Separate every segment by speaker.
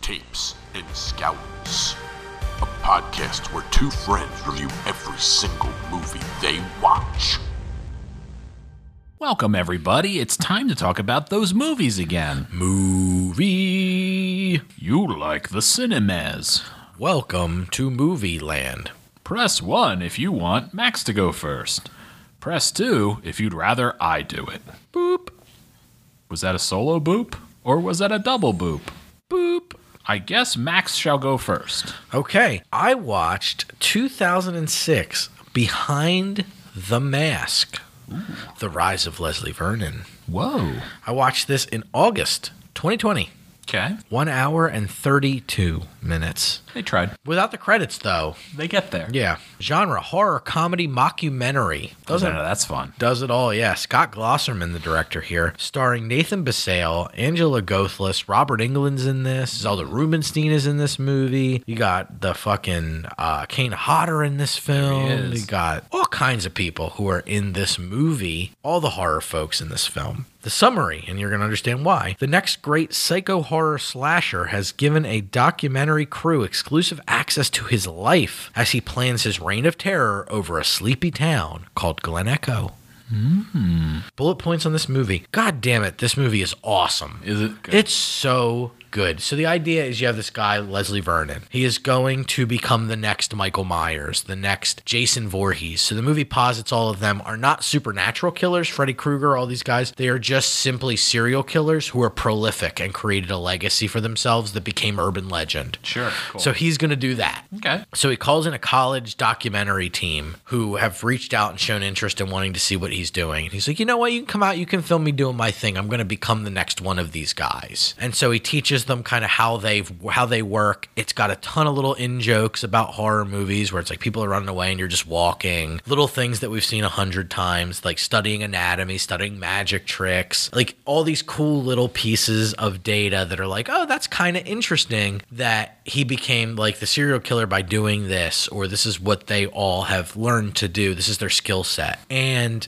Speaker 1: Tapes, and Scouts. A podcast where two friends review every single movie they watch.
Speaker 2: Welcome, everybody. It's time to talk about those movies again. Movie. You like the cinemas.
Speaker 3: Welcome to Movie Land.
Speaker 2: Press 1 if you want Max to go first. Press 2 if you'd rather I do it. Boop. Was that a solo boop? Or was that a double boop? Boop. I guess Max shall go first.
Speaker 3: Okay, I watched 2006 Behind the Mask The Rise of Leslie Vernon.
Speaker 2: Whoa.
Speaker 3: I watched this in August 2020,
Speaker 2: Okay.
Speaker 3: 1 hour and 32 minutes.
Speaker 2: They tried.
Speaker 3: Without the credits, though.
Speaker 2: They get there.
Speaker 3: Yeah. Genre, horror, comedy, mockumentary.
Speaker 2: Those
Speaker 3: Doesn't
Speaker 2: that's fun.
Speaker 3: Does it all, yeah. Scott Glosserman, the director here, starring Nathan Basale, Angela Gothless, Robert England's in this, Zelda Rubinstein is in this movie. You got the fucking uh, Kane Hodder in this film.
Speaker 2: is.
Speaker 3: You got all kinds of people who are in this movie, all the horror folks in this film. The summary, and you're going to understand why. The next great psycho horror slasher has given a documentary crew exclusive access to his life as he plans his reign of terror over a sleepy town called Glen Echo bullet points on this movie. God damn it, this movie is awesome.
Speaker 2: Is it good?
Speaker 3: It's so good. So the idea is you have this guy, Leslie Vernon. He is going to become the next Michael Myers, the next Jason Voorhees. So the movie posits all of them are not supernatural killers, Freddy Krueger, all these guys. They are just simply serial killers who are prolific and created a legacy for themselves that became urban legend.
Speaker 2: Sure. Cool.
Speaker 3: So he's going to do that.
Speaker 2: okay.
Speaker 3: So he calls in a college documentary team who have reached out and shown interest in wanting to see what he's doing. And he's like, you know what? You can come out, you can film me doing my thing. I'm going to become the next one of these guys. And so he teaches them kind of how they how they work. It's got a ton of little in jokes about horror movies where it's like people are running away and you're just walking. Little things that we've seen a hundred times, like studying anatomy, studying magic tricks, like all these cool little pieces of data that are like, oh, that's kind of interesting that he became like the serial killer by doing this, or this is what they all have learned to do. This is their skill set. And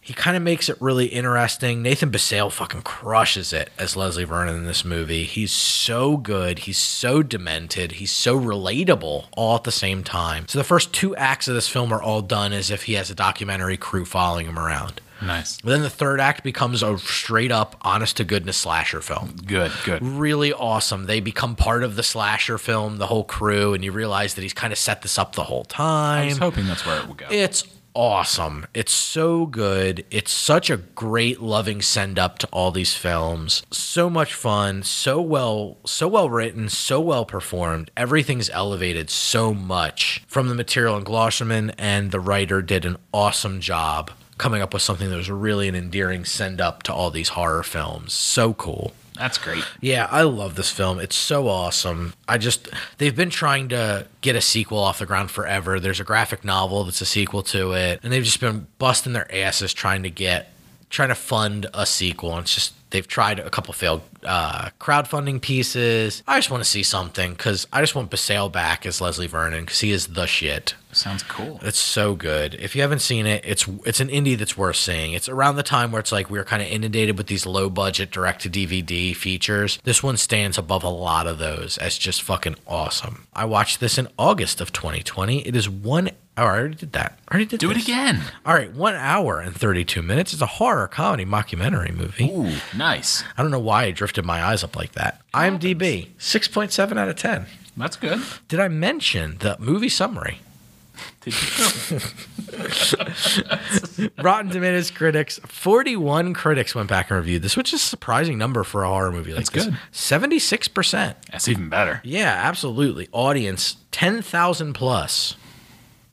Speaker 3: he kind of makes it really interesting. Nathan Basale fucking crushes it as Leslie Vernon in this movie. He's so good. He's so demented. He's so relatable all at the same time. So the first two acts of this film are all done as if he has a documentary crew following him around.
Speaker 2: Nice.
Speaker 3: But then the third act becomes a straight up, honest to goodness slasher film
Speaker 2: Good. Good.
Speaker 3: really awesome. They become part of the slasher film, the whole crew, and you realize that he's kind of set this up the whole
Speaker 2: I was
Speaker 3: time.
Speaker 2: hoping that's where it would go.
Speaker 3: It's awesome. It's so good. It's such a great loving send up to all these films. So much fun, so well so well written, so well performed. Everything's elevated so much from the material in Glosserman and the writer did an awesome job coming up with something that was really an endearing send up to all these horror films. So cool.
Speaker 2: that's great.
Speaker 3: Yeah, I love this film. It's so awesome. I just they've been trying to get a sequel off the ground forever. There's a graphic novel that's a sequel to it, and they've just been busting their asses trying to get trying to fund a sequel. And it's just they've tried a couple failed uh, crowdfunding pieces. I just want to see something because I just want Basale back as Leslie Vernon because he is the shit.
Speaker 2: Sounds cool.
Speaker 3: It's so good. If you haven't seen it, it's it's an indie that's worth seeing. It's around the time where it's like we were kind of inundated with these low budget direct to DVD features. This one stands above a lot of those as just fucking awesome. I watched this in August of 2020. It is one. Oh, I already did that. I already did.
Speaker 2: Do it
Speaker 3: this.
Speaker 2: again.
Speaker 3: All right, one hour and 32 minutes. It's a horror comedy mockumentary movie.
Speaker 2: Ooh, nice.
Speaker 3: I don't know why I drifted my eyes up like that. IMDb 6.7 out of 10.
Speaker 2: That's good.
Speaker 3: Did I mention the movie summary?
Speaker 2: Did you
Speaker 3: Rotten Tomatoes critics, 41 critics went back and reviewed this, which is a surprising number for a horror movie like
Speaker 2: That's good.
Speaker 3: this. 76%.
Speaker 2: That's even better.
Speaker 3: Yeah, absolutely. Audience 10,000 plus.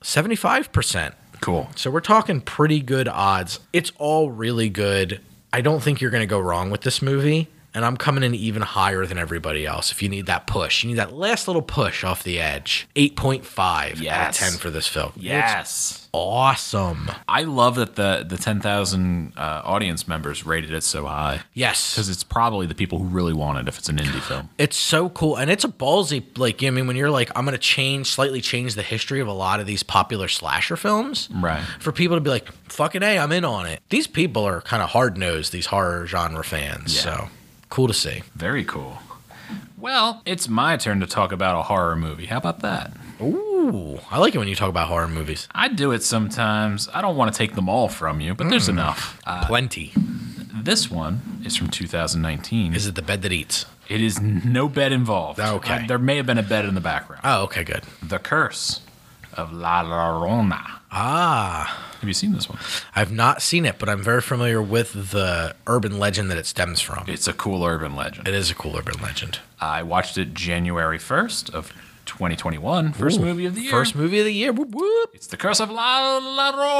Speaker 3: 75%.
Speaker 2: Cool.
Speaker 3: So we're talking pretty good odds. It's all really good. I don't think you're going to go wrong with this movie. And I'm coming in even higher than everybody else. If you need that push, you need that last little push off the edge. 8.5 out of
Speaker 2: Yes.
Speaker 3: 10 for this film. It's
Speaker 2: Yes.
Speaker 3: awesome.
Speaker 2: I love that the the 10,000 uh, audience members rated it so high
Speaker 3: Yes.
Speaker 2: cuz it's probably the people who really want it if it's an indie film.
Speaker 3: It's so cool, and it's a ballsy. Like I mean, when you're like, I'm gonna change, slightly change the history of a lot of these popular slasher films,
Speaker 2: Right.
Speaker 3: For people to be like, "Fucking a, I'm in on it." These people are kind of hard nosed. These horror genre fans,
Speaker 2: Yeah.
Speaker 3: so cool to see.
Speaker 2: Very cool. Well, it's my turn to talk about a horror movie. How about that?
Speaker 3: Ooh, I like it when you talk about horror movies.
Speaker 2: I do it sometimes. I don't want to take them all from you, but there's enough. Uh,
Speaker 3: Plenty.
Speaker 2: this one is from 2019.
Speaker 3: Is it the bed that eats?
Speaker 2: It is no bed involved.
Speaker 3: Okay.
Speaker 2: Uh, there may have been a bed in the background.
Speaker 3: Oh, okay, good.
Speaker 2: The Curse of La Llorona.
Speaker 3: Ah,
Speaker 2: Have you seen this one?
Speaker 3: I've not seen it, but I'm very familiar with the urban legend that it stems from.
Speaker 2: It's a cool urban legend.
Speaker 3: It is a cool urban legend.
Speaker 2: I watched it January 1st of 2021. First
Speaker 3: Ooh,
Speaker 2: movie of the year.
Speaker 3: First movie of the year. Whoop whoop.
Speaker 2: It's The Curse of La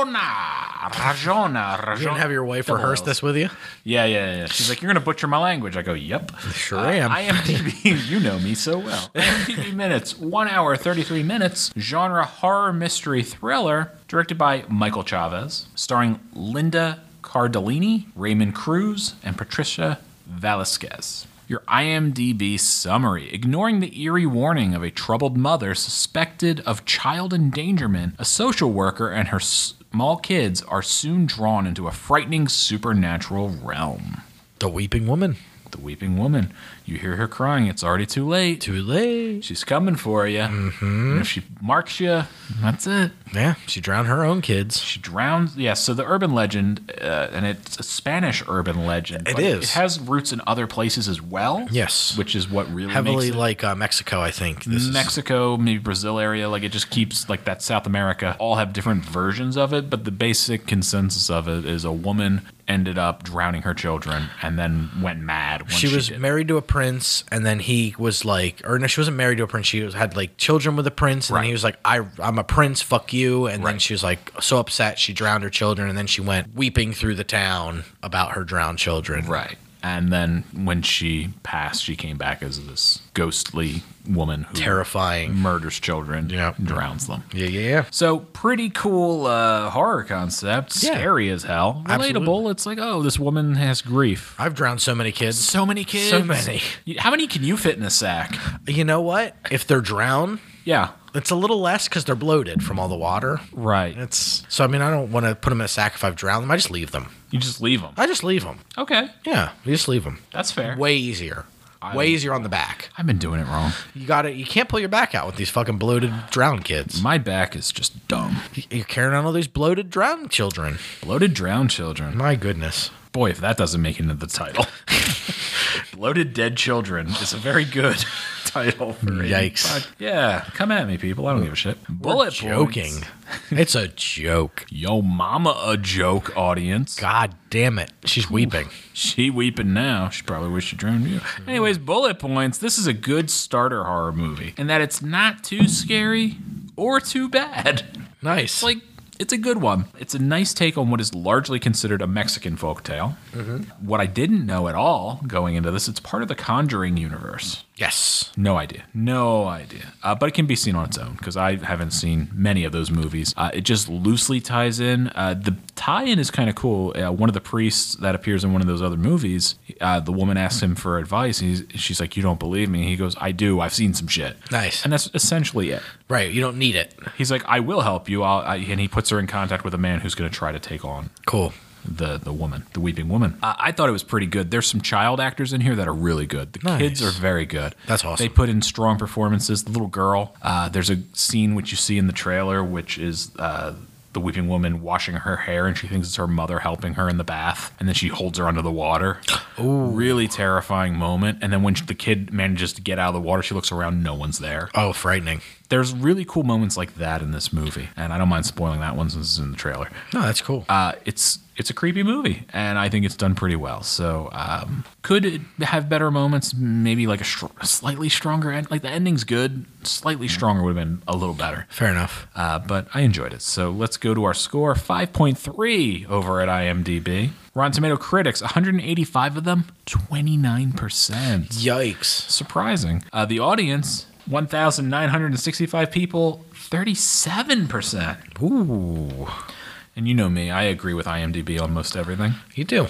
Speaker 2: Llorona. Rajona. Rajona.
Speaker 3: You didn't have your wife rehearse this with you?
Speaker 2: Yeah, yeah, yeah. She's like, you're going to butcher my language. I go, yep.
Speaker 3: Sure
Speaker 2: Uh,
Speaker 3: am.
Speaker 2: IMDb, you know me so well. IMDb minutes, one hour, 33 minutes, genre horror mystery thriller, directed by Michael Chavez, starring Linda Cardellini, Raymond Cruz, and Patricia Velasquez. Your IMDb summary ignoring the eerie warning of a troubled mother suspected of child endangerment, a social worker and her small kids are soon drawn into a frightening supernatural realm.
Speaker 3: The Weeping Woman.
Speaker 2: The weeping woman. You hear her crying. It's already too late.
Speaker 3: Too late.
Speaker 2: She's coming for you. Mm-hmm. And if she marks you, that's it.
Speaker 3: Yeah, she drowned her own kids.
Speaker 2: She drowns. Yeah. So the urban legend, uh, and it's a Spanish urban legend.
Speaker 3: It
Speaker 2: but
Speaker 3: is.
Speaker 2: It has roots in other places as well.
Speaker 3: Yes.
Speaker 2: Which is what really
Speaker 3: Heavily
Speaker 2: makes it.
Speaker 3: like uh, Mexico, I think. This is,
Speaker 2: Mexico, maybe Brazil area, like it just keeps like that South America all have different versions of it, but the basic consensus of it is a woman ended up drowning her children and then went mad when she,
Speaker 3: she was
Speaker 2: did.
Speaker 3: married to a prince, and then he was like, or no, she wasn't married to a prince. She was, had like children with a prince, and then
Speaker 2: Right.
Speaker 3: he was like, I, I'm a prince, fuck you. And then
Speaker 2: Right.
Speaker 3: she was like so upset, she drowned her children, and then she went weeping through the town about her drowned children.
Speaker 2: Right. And then when she passed, she came back as this ghostly woman who
Speaker 3: Terrifying.
Speaker 2: murders children,
Speaker 3: Yeah.
Speaker 2: drowns them.
Speaker 3: Yeah, yeah, yeah.
Speaker 2: So pretty cool uh, horror concept.
Speaker 3: Yeah.
Speaker 2: Scary as hell. Relatable.
Speaker 3: Absolutely.
Speaker 2: It's like, oh, this woman has grief.
Speaker 3: I've drowned so many kids.
Speaker 2: So many kids.
Speaker 3: So many.
Speaker 2: You- How many can you fit in a sack?
Speaker 3: You know what? If they're drowned,
Speaker 2: Yeah.
Speaker 3: it's a little less because they're bloated from all the water.
Speaker 2: Right.
Speaker 3: It's so. I mean, I don't want to put them in a sack if I've drowned them. I just leave them.
Speaker 2: You just leave them.
Speaker 3: I just leave them.
Speaker 2: Okay.
Speaker 3: Yeah, you just leave them.
Speaker 2: That's fair.
Speaker 3: Way easier. Way easier on the back.
Speaker 2: I've been doing it wrong.
Speaker 3: You got to You can't pull your back out with these fucking bloated drowned kids.
Speaker 2: My back is just dumb.
Speaker 3: You're carrying on all these bloated drowned children.
Speaker 2: Bloated drowned children.
Speaker 3: My goodness.
Speaker 2: Boy, if that doesn't make it into the title. Bloated Dead Children is a very good title for a
Speaker 3: Yikes.
Speaker 2: pod- Yeah, come at me, people. I don't give a shit. Bullet points.
Speaker 3: Joking. it's a joke.
Speaker 2: Yo, mama, a joke, audience.
Speaker 3: God damn it. She's weeping.
Speaker 2: She weeping now. She probably wished she drowned you. Anyways, bullet points. This is a good starter horror movie in that it's not too scary or too bad.
Speaker 3: Nice.
Speaker 2: It's like it's a good one. It's a nice take on what is largely considered a Mexican folktale. What I didn't know at all going into this, it's part of the Conjuring universe.
Speaker 3: yes.
Speaker 2: No idea. No idea. Uh, but it can be seen on its own because I haven't seen many of those movies. Uh, it just loosely ties in. Uh, the tie in is kind of cool. Uh, one of the priests that appears in one of those other movies, uh, the woman asks him for advice. And he's, she's like, You don't believe me. He goes, I do. I've seen some shit.
Speaker 3: Nice.
Speaker 2: And that's essentially it.
Speaker 3: Right. You don't need it.
Speaker 2: He's like, I will help you. I'll, I, and he puts her in contact with a man who's going to try to take on
Speaker 3: Cool.
Speaker 2: the the woman, the weeping woman. Uh, I thought it was pretty good. There's some child actors in here that are really good. The
Speaker 3: Nice.
Speaker 2: kids are very good.
Speaker 3: That's awesome.
Speaker 2: They put in strong performances. The little girl. Uh, there's a scene which you see in the trailer, which is. Uh, the weeping woman washing her hair, and she thinks it's her mother helping her in the bath, and then she holds her under the water. Ooh. Really terrifying moment. And then when the kid manages to get out of the water, she looks around, no one's there
Speaker 3: Oh, frightening.
Speaker 2: there's really cool moments like that in this movie, and I don't mind spoiling that one since it's in the trailer.
Speaker 3: No, that's cool.
Speaker 2: Uh, it's it's a creepy movie, and I think it's done pretty well. So um, could it have better moments? Maybe like a, str- a slightly stronger end. Like the ending's good, slightly stronger would have been a little better.
Speaker 3: Fair enough.
Speaker 2: Uh, but I enjoyed it. So let's go to our score: five point three over at IMDb. Rotten Tomato critics, 185 of them, 29 percent
Speaker 3: Yikes.
Speaker 2: surprising. Uh, the audience, 1,965 people, 37%.
Speaker 3: Ooh.
Speaker 2: And you know me, I agree with IMDb on most everything.
Speaker 3: You do.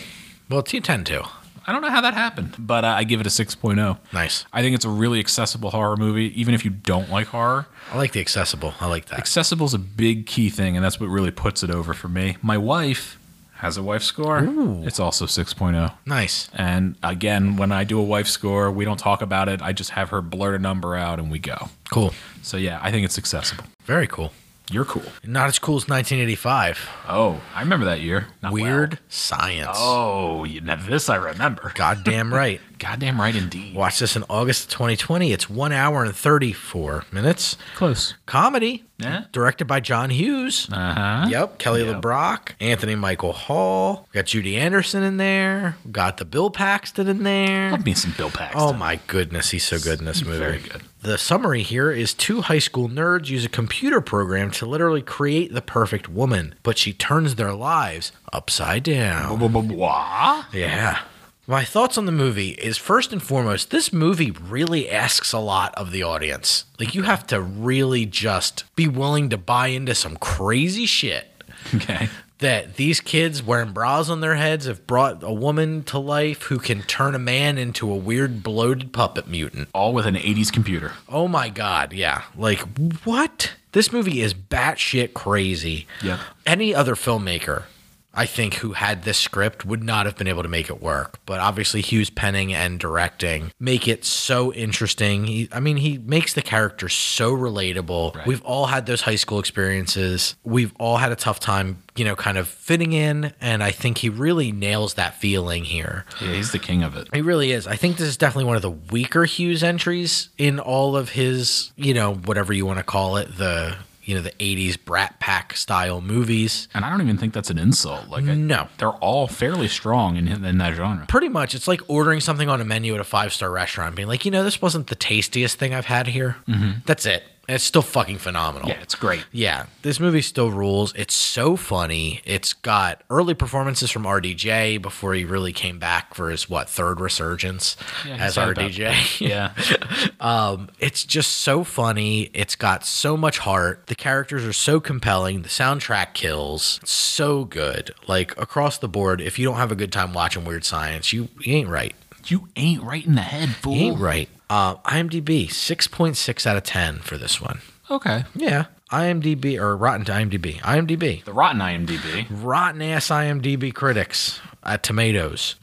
Speaker 3: Well, it's you tend to.
Speaker 2: I don't know how that happened, but uh, I give it a 6.0.
Speaker 3: Nice.
Speaker 2: I think it's a really accessible horror movie, even if you don't like horror.
Speaker 3: I like the accessible. I like that.
Speaker 2: Accessible is a big key thing, and that's what really puts it over for me. My wife has a wife score. It's also 6.0.
Speaker 3: Nice.
Speaker 2: And again, when I do a wife score, we don't talk about it. I just have her blurt a number out and we go.
Speaker 3: Cool.
Speaker 2: So yeah, I think it's accessible.
Speaker 3: Very cool.
Speaker 2: You're cool.
Speaker 3: Not as cool as 1985.
Speaker 2: Oh, I remember that year. Not well.
Speaker 3: Weird science.
Speaker 2: Oh, you- now this I remember.
Speaker 3: Goddamn right.
Speaker 2: Goddamn right indeed.
Speaker 3: Watch this in August of 2020. It's one hour and 34 minutes.
Speaker 2: Close.
Speaker 3: Comedy.
Speaker 2: Yeah.
Speaker 3: Directed by John Hughes.
Speaker 2: Uh huh.
Speaker 3: Yep. Kelly
Speaker 2: Yep.
Speaker 3: LeBrock, Anthony Michael Hall. Got Judy Anderson in there. Got the Bill Paxton in there.
Speaker 2: Love me some Bill Paxton.
Speaker 3: Oh my goodness, he's so good in this movie.
Speaker 2: Very good.
Speaker 3: The summary here is two high school nerds use a computer program to literally create the perfect woman, but she turns their lives upside down.
Speaker 2: What?
Speaker 3: Yeah. My thoughts on the movie is first and foremost, this movie really asks a lot of the audience. Like, you have to really just be willing to buy into some crazy shit
Speaker 2: Okay.
Speaker 3: that these kids wearing bras on their heads have brought a woman to life who can turn a man into a weird, bloated puppet mutant.
Speaker 2: All with an 80s computer.
Speaker 3: Oh my God. Yeah. Like, what? This movie is batshit crazy.
Speaker 2: Yep.
Speaker 3: Any other filmmaker, I think, who had this script would not have been able to make it work. But obviously, Hughes penning and directing make it so interesting. He, I mean, he makes the character so relatable.
Speaker 2: Right.
Speaker 3: We've all had those high school experiences. We've all had a tough time, you know, kind of fitting in. And I think he really nails that feeling here.
Speaker 2: Yeah, he's the king of it.
Speaker 3: He really is. I think this is definitely one of the weaker Hughes entries in all of his, you know, whatever you want to call it, the you know the '80s Brat Pack style movies.
Speaker 2: And I don't even think that's an insult. Like, I-
Speaker 3: No.
Speaker 2: they're all fairly strong in, in that genre.
Speaker 3: Pretty much, it's like ordering something on a menu at a five star restaurant, being like, you know, this wasn't the tastiest thing I've had here. That's it. And it's still fucking phenomenal.
Speaker 2: Mm-hmm. Yeah, it's great.
Speaker 3: Yeah, this movie still rules. It's so funny. It's got early performances from RDJ before he really came back for his what third resurgence
Speaker 2: Yeah, he
Speaker 3: as
Speaker 2: said about-
Speaker 3: RDJ.
Speaker 2: Yeah.
Speaker 3: Um, it's just so funny. It's got so much heart. The characters are so compelling. The soundtrack kills. It's so good. Like across the board, if you don't have a good time watching Weird Science, you, you ain't right.
Speaker 2: you ain't right in the head, fool.
Speaker 3: You ain't right. Uh, IMDb 6.6 out of 10 for this one.
Speaker 2: Okay.
Speaker 3: Yeah. IMDb or Rotten to IMDb. IMDb.
Speaker 2: The rotten IMDb.
Speaker 3: Rotten ass IMDb critics at Tomatoes.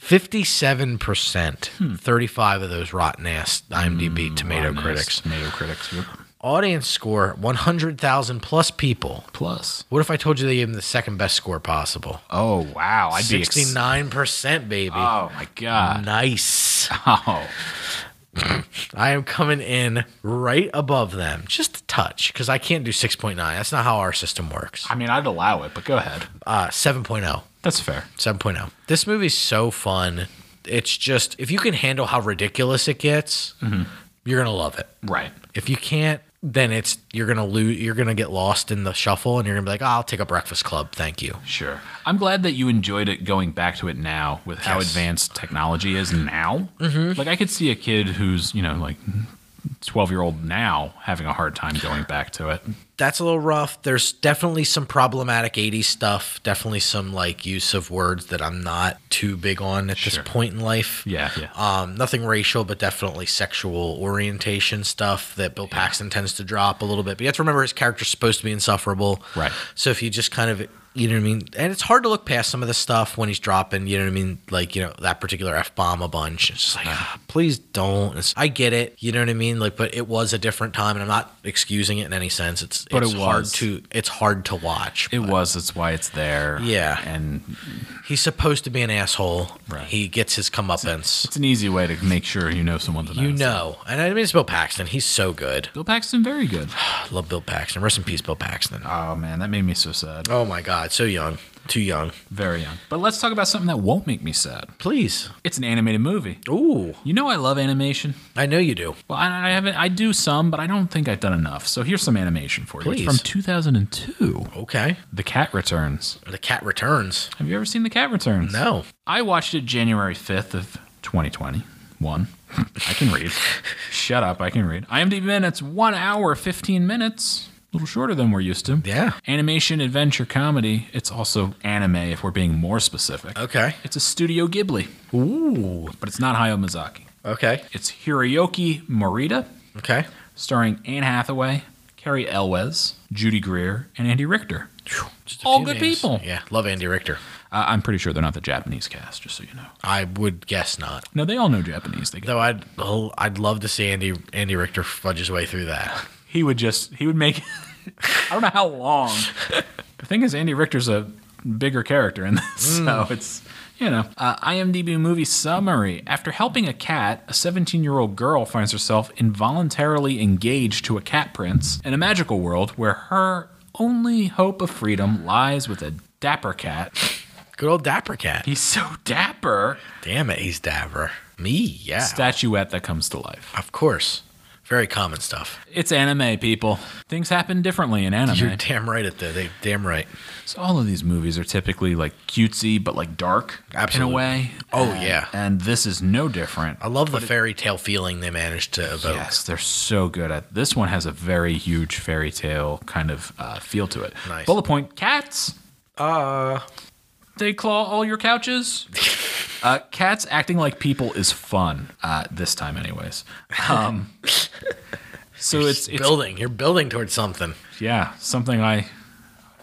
Speaker 3: 57%. 35 of those rotten ass IMDb
Speaker 2: Hmm.
Speaker 3: tomato
Speaker 2: Rotten ass
Speaker 3: critics.
Speaker 2: Tomato critics. Yep.
Speaker 3: audience score 100,000 plus people.
Speaker 2: Plus.
Speaker 3: What if I told you they gave him the second best score possible?
Speaker 2: Oh wow! I'd be ex-
Speaker 3: 69%, baby.
Speaker 2: Oh my god!
Speaker 3: Nice.
Speaker 2: Oh,
Speaker 3: I am coming in right above them, just a touch, because I can't do 6.9. That's not how our system works.
Speaker 2: I mean, I'd allow it, but go ahead.
Speaker 3: Uh, 7.0.
Speaker 2: That's fair.
Speaker 3: 7.0. oh. This movie's so fun. It's just, if you can handle how ridiculous it gets,
Speaker 2: Mm-hmm.
Speaker 3: you're going to love it.
Speaker 2: Right.
Speaker 3: If you can't, then it's you're gonna lose. You're gonna get lost in the shuffle, and you're gonna be like, oh, "I'll take a Breakfast Club, thank you."
Speaker 2: Sure. I'm glad that you enjoyed it going back to it now with how
Speaker 3: Yes.
Speaker 2: advanced technology is now. Mm-hmm. Like I could see a kid who's you know like. 12 year old now having a hard time going back to it.
Speaker 3: that's a little rough. There's definitely some problematic 80s stuff, definitely some like use of words that I'm not too big on at
Speaker 2: Sure.
Speaker 3: this point in life.
Speaker 2: Yeah, yeah.
Speaker 3: Um, nothing racial, but definitely sexual orientation stuff that Bill Paxton tends to drop a little bit. But you have to remember his character's supposed to be insufferable.
Speaker 2: Right.
Speaker 3: So if you just kind of, you know what I mean? And it's hard to look past some of the stuff when he's dropping, you know what I mean? Like, you know, that particular F bomb a bunch. It's just like, "Ah, please don't. It's- I get it. You know what I mean? Like, but it was a different time and I'm not excusing it in any sense. It's,
Speaker 2: But
Speaker 3: it's
Speaker 2: it
Speaker 3: hard
Speaker 2: was.
Speaker 3: to, it's hard to watch.
Speaker 2: It was. That's why it's there.
Speaker 3: Yeah.
Speaker 2: And
Speaker 3: He's supposed to be an asshole.
Speaker 2: Right.
Speaker 3: He gets his comeuppance.
Speaker 2: it's an easy way to make sure you know someone's an
Speaker 3: You
Speaker 2: asshole.
Speaker 3: know, and I mean, it's Bill Paxton. He's so good.
Speaker 2: Bill Paxton, very good.
Speaker 3: Love Bill Paxton. Rest in peace, Bill Paxton.
Speaker 2: Oh man, that made me so sad.
Speaker 3: Oh my God, so young, too young.
Speaker 2: Very young. But let's talk about something that won't make me sad.
Speaker 3: Please.
Speaker 2: It's an animated movie.
Speaker 3: Ooh,
Speaker 2: You know I love animation.
Speaker 3: I know you do.
Speaker 2: Well, I, I haven't. I do some, but I don't think I've done enough. So here's some animation for you. It's
Speaker 3: Please.
Speaker 2: from 2002.
Speaker 3: Okay.
Speaker 2: The Cat Returns.
Speaker 3: The cat returns.
Speaker 2: Have you ever seen The Cat Returns?
Speaker 3: No.
Speaker 2: I watched it January 5th of 2020. One. I can read. Shut up. I can read. IMDb minutes. One hour, 15 minutes. A little shorter than we're used to.
Speaker 3: Yeah.
Speaker 2: Animation, adventure, comedy. It's also anime if we're being more specific.
Speaker 3: Okay.
Speaker 2: It's a Studio Ghibli,
Speaker 3: Ooh.
Speaker 2: but it's not Hayao Miyazaki.
Speaker 3: Okay.
Speaker 2: It's Hiroyuki Morita,
Speaker 3: Okay.
Speaker 2: starring Anne Hathaway, Carrie Elwes, Judy Greer, and Andy Richter.
Speaker 3: Phew, just a
Speaker 2: All
Speaker 3: few
Speaker 2: good people.
Speaker 3: Yeah. Love Andy Richter.
Speaker 2: I I'm pretty sure they're not the Japanese cast, just so you know.
Speaker 3: I would guess not.
Speaker 2: No, they all know Japanese. They
Speaker 3: Though I'd oh, I'd love to see Andy Andy Richter fudge his way through that.
Speaker 2: he would just he would make. I don't know how long. the thing is, Andy Richter's a bigger character in this, so it's you know. Uh, IMDb movie summary: After helping a cat, a 17-year-old girl finds herself involuntarily engaged to a cat prince in a magical world where her only hope of freedom lies with a dapper cat.
Speaker 3: Good old Dapper Cat.
Speaker 2: He's so dapper.
Speaker 3: Damn it, he's dapper. Me, yeah.
Speaker 2: Statuette that comes to life.
Speaker 3: Of course. Very common stuff.
Speaker 2: It's anime, people. Things happen differently in anime.
Speaker 3: You're damn right at that. They damn right.
Speaker 2: So all of these movies are typically like cutesy, but like dark
Speaker 3: Absolutely.
Speaker 2: in a way.
Speaker 3: Oh,
Speaker 2: And-
Speaker 3: yeah.
Speaker 2: and this is no different.
Speaker 3: I love the fairy tale feeling they managed to evoke.
Speaker 2: Yes, they're so good at this one. Has a very huge fairy tale kind of uh, feel to it.
Speaker 3: Nice.
Speaker 2: Bullet point: cats. Uh, they claw all your couches. uh, cats acting like people is fun uh, this time, anyways. Um, so it's, it's
Speaker 3: building. You're building towards something.
Speaker 2: yeah, something I.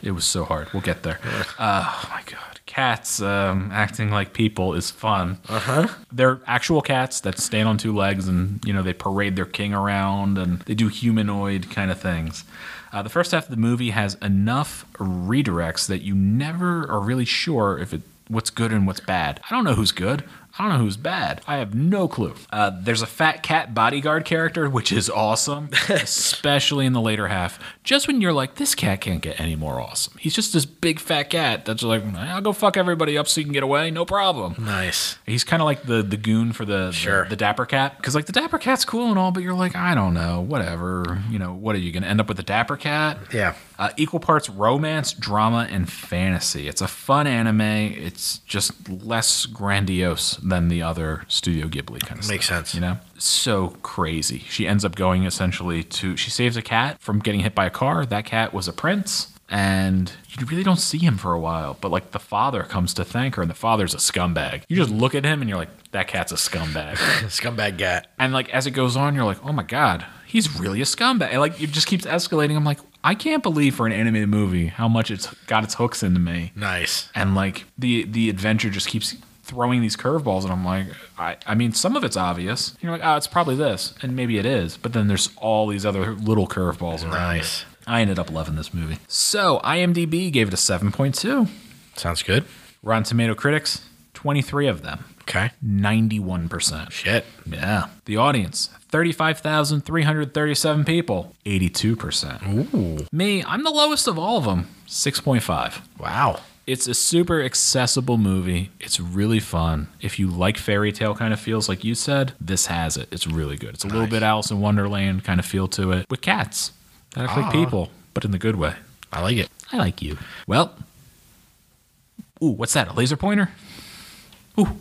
Speaker 2: It was so hard. We'll get there. Uh, oh my god, cats um, acting like people is fun. Uh huh. They're actual cats that stand on two legs, and you know they parade their king around, and they do humanoid kind of things. Uh, the first half of the movie has enough redirects that you never are really sure if it what's good and what's bad. I don't know who's good. I don't know who's bad. I have no clue. Uh, there's a fat cat bodyguard character, which is awesome, especially in the later half. Just when you're like, this cat can't get any more awesome. He's just this big fat cat that's like, I'll go fuck everybody up so you can get away, no problem.
Speaker 3: Nice.
Speaker 2: He's kind of like the the goon for the
Speaker 3: Sure.
Speaker 2: the, the dapper cat because like the dapper cat's cool and all, but you're like, I don't know, whatever. You know, what are you gonna end up with the dapper cat?
Speaker 3: Yeah.
Speaker 2: Uh, equal parts romance, drama, and fantasy. It's a fun anime. It's just less grandiose than the other Studio Ghibli kind of stuff.
Speaker 3: Makes sense.
Speaker 2: You know? So crazy. She ends up going essentially to. She saves a cat from getting hit by a car. That cat was a prince. And you really don't see him for a while, but like the father comes to thank her, and the father's a scumbag. You just look at him and you're like, that cat's a scumbag.
Speaker 3: Scumbag cat.
Speaker 2: And like as it goes on, you're like, oh my god, he's really a scumbag. And, like it just keeps escalating. I'm like, I can't believe for an animated movie how much it's got its hooks into me.
Speaker 3: Nice.
Speaker 2: And like the the adventure just keeps throwing these curveballs, and I'm like, I I mean, some of it's obvious. And you're like, oh, it's probably this, and maybe it is. But then there's all these other little curveballs around.
Speaker 3: Nice.
Speaker 2: it. I ended up loving this movie. So IMDb gave it a 7.2.
Speaker 3: Sounds good.
Speaker 2: Rotten Tomato critics, 23 of them,
Speaker 3: Okay.
Speaker 2: 91 percent.
Speaker 3: Shit.
Speaker 2: Yeah. The audience, 35,337 people, 82%.
Speaker 3: Ooh.
Speaker 2: Me, I'm the lowest of all of them, 6.5.
Speaker 3: Wow.
Speaker 2: It's a super accessible movie. It's really fun. If you like fairy tale kind of feels, like you said, this has it. It's really good. It's a little bit Alice in Wonderland kind of feel to it with cats that act like people, but in the good way.
Speaker 3: I like it.
Speaker 2: I like you. Well, ooh, what's that? A laser pointer? Ooh,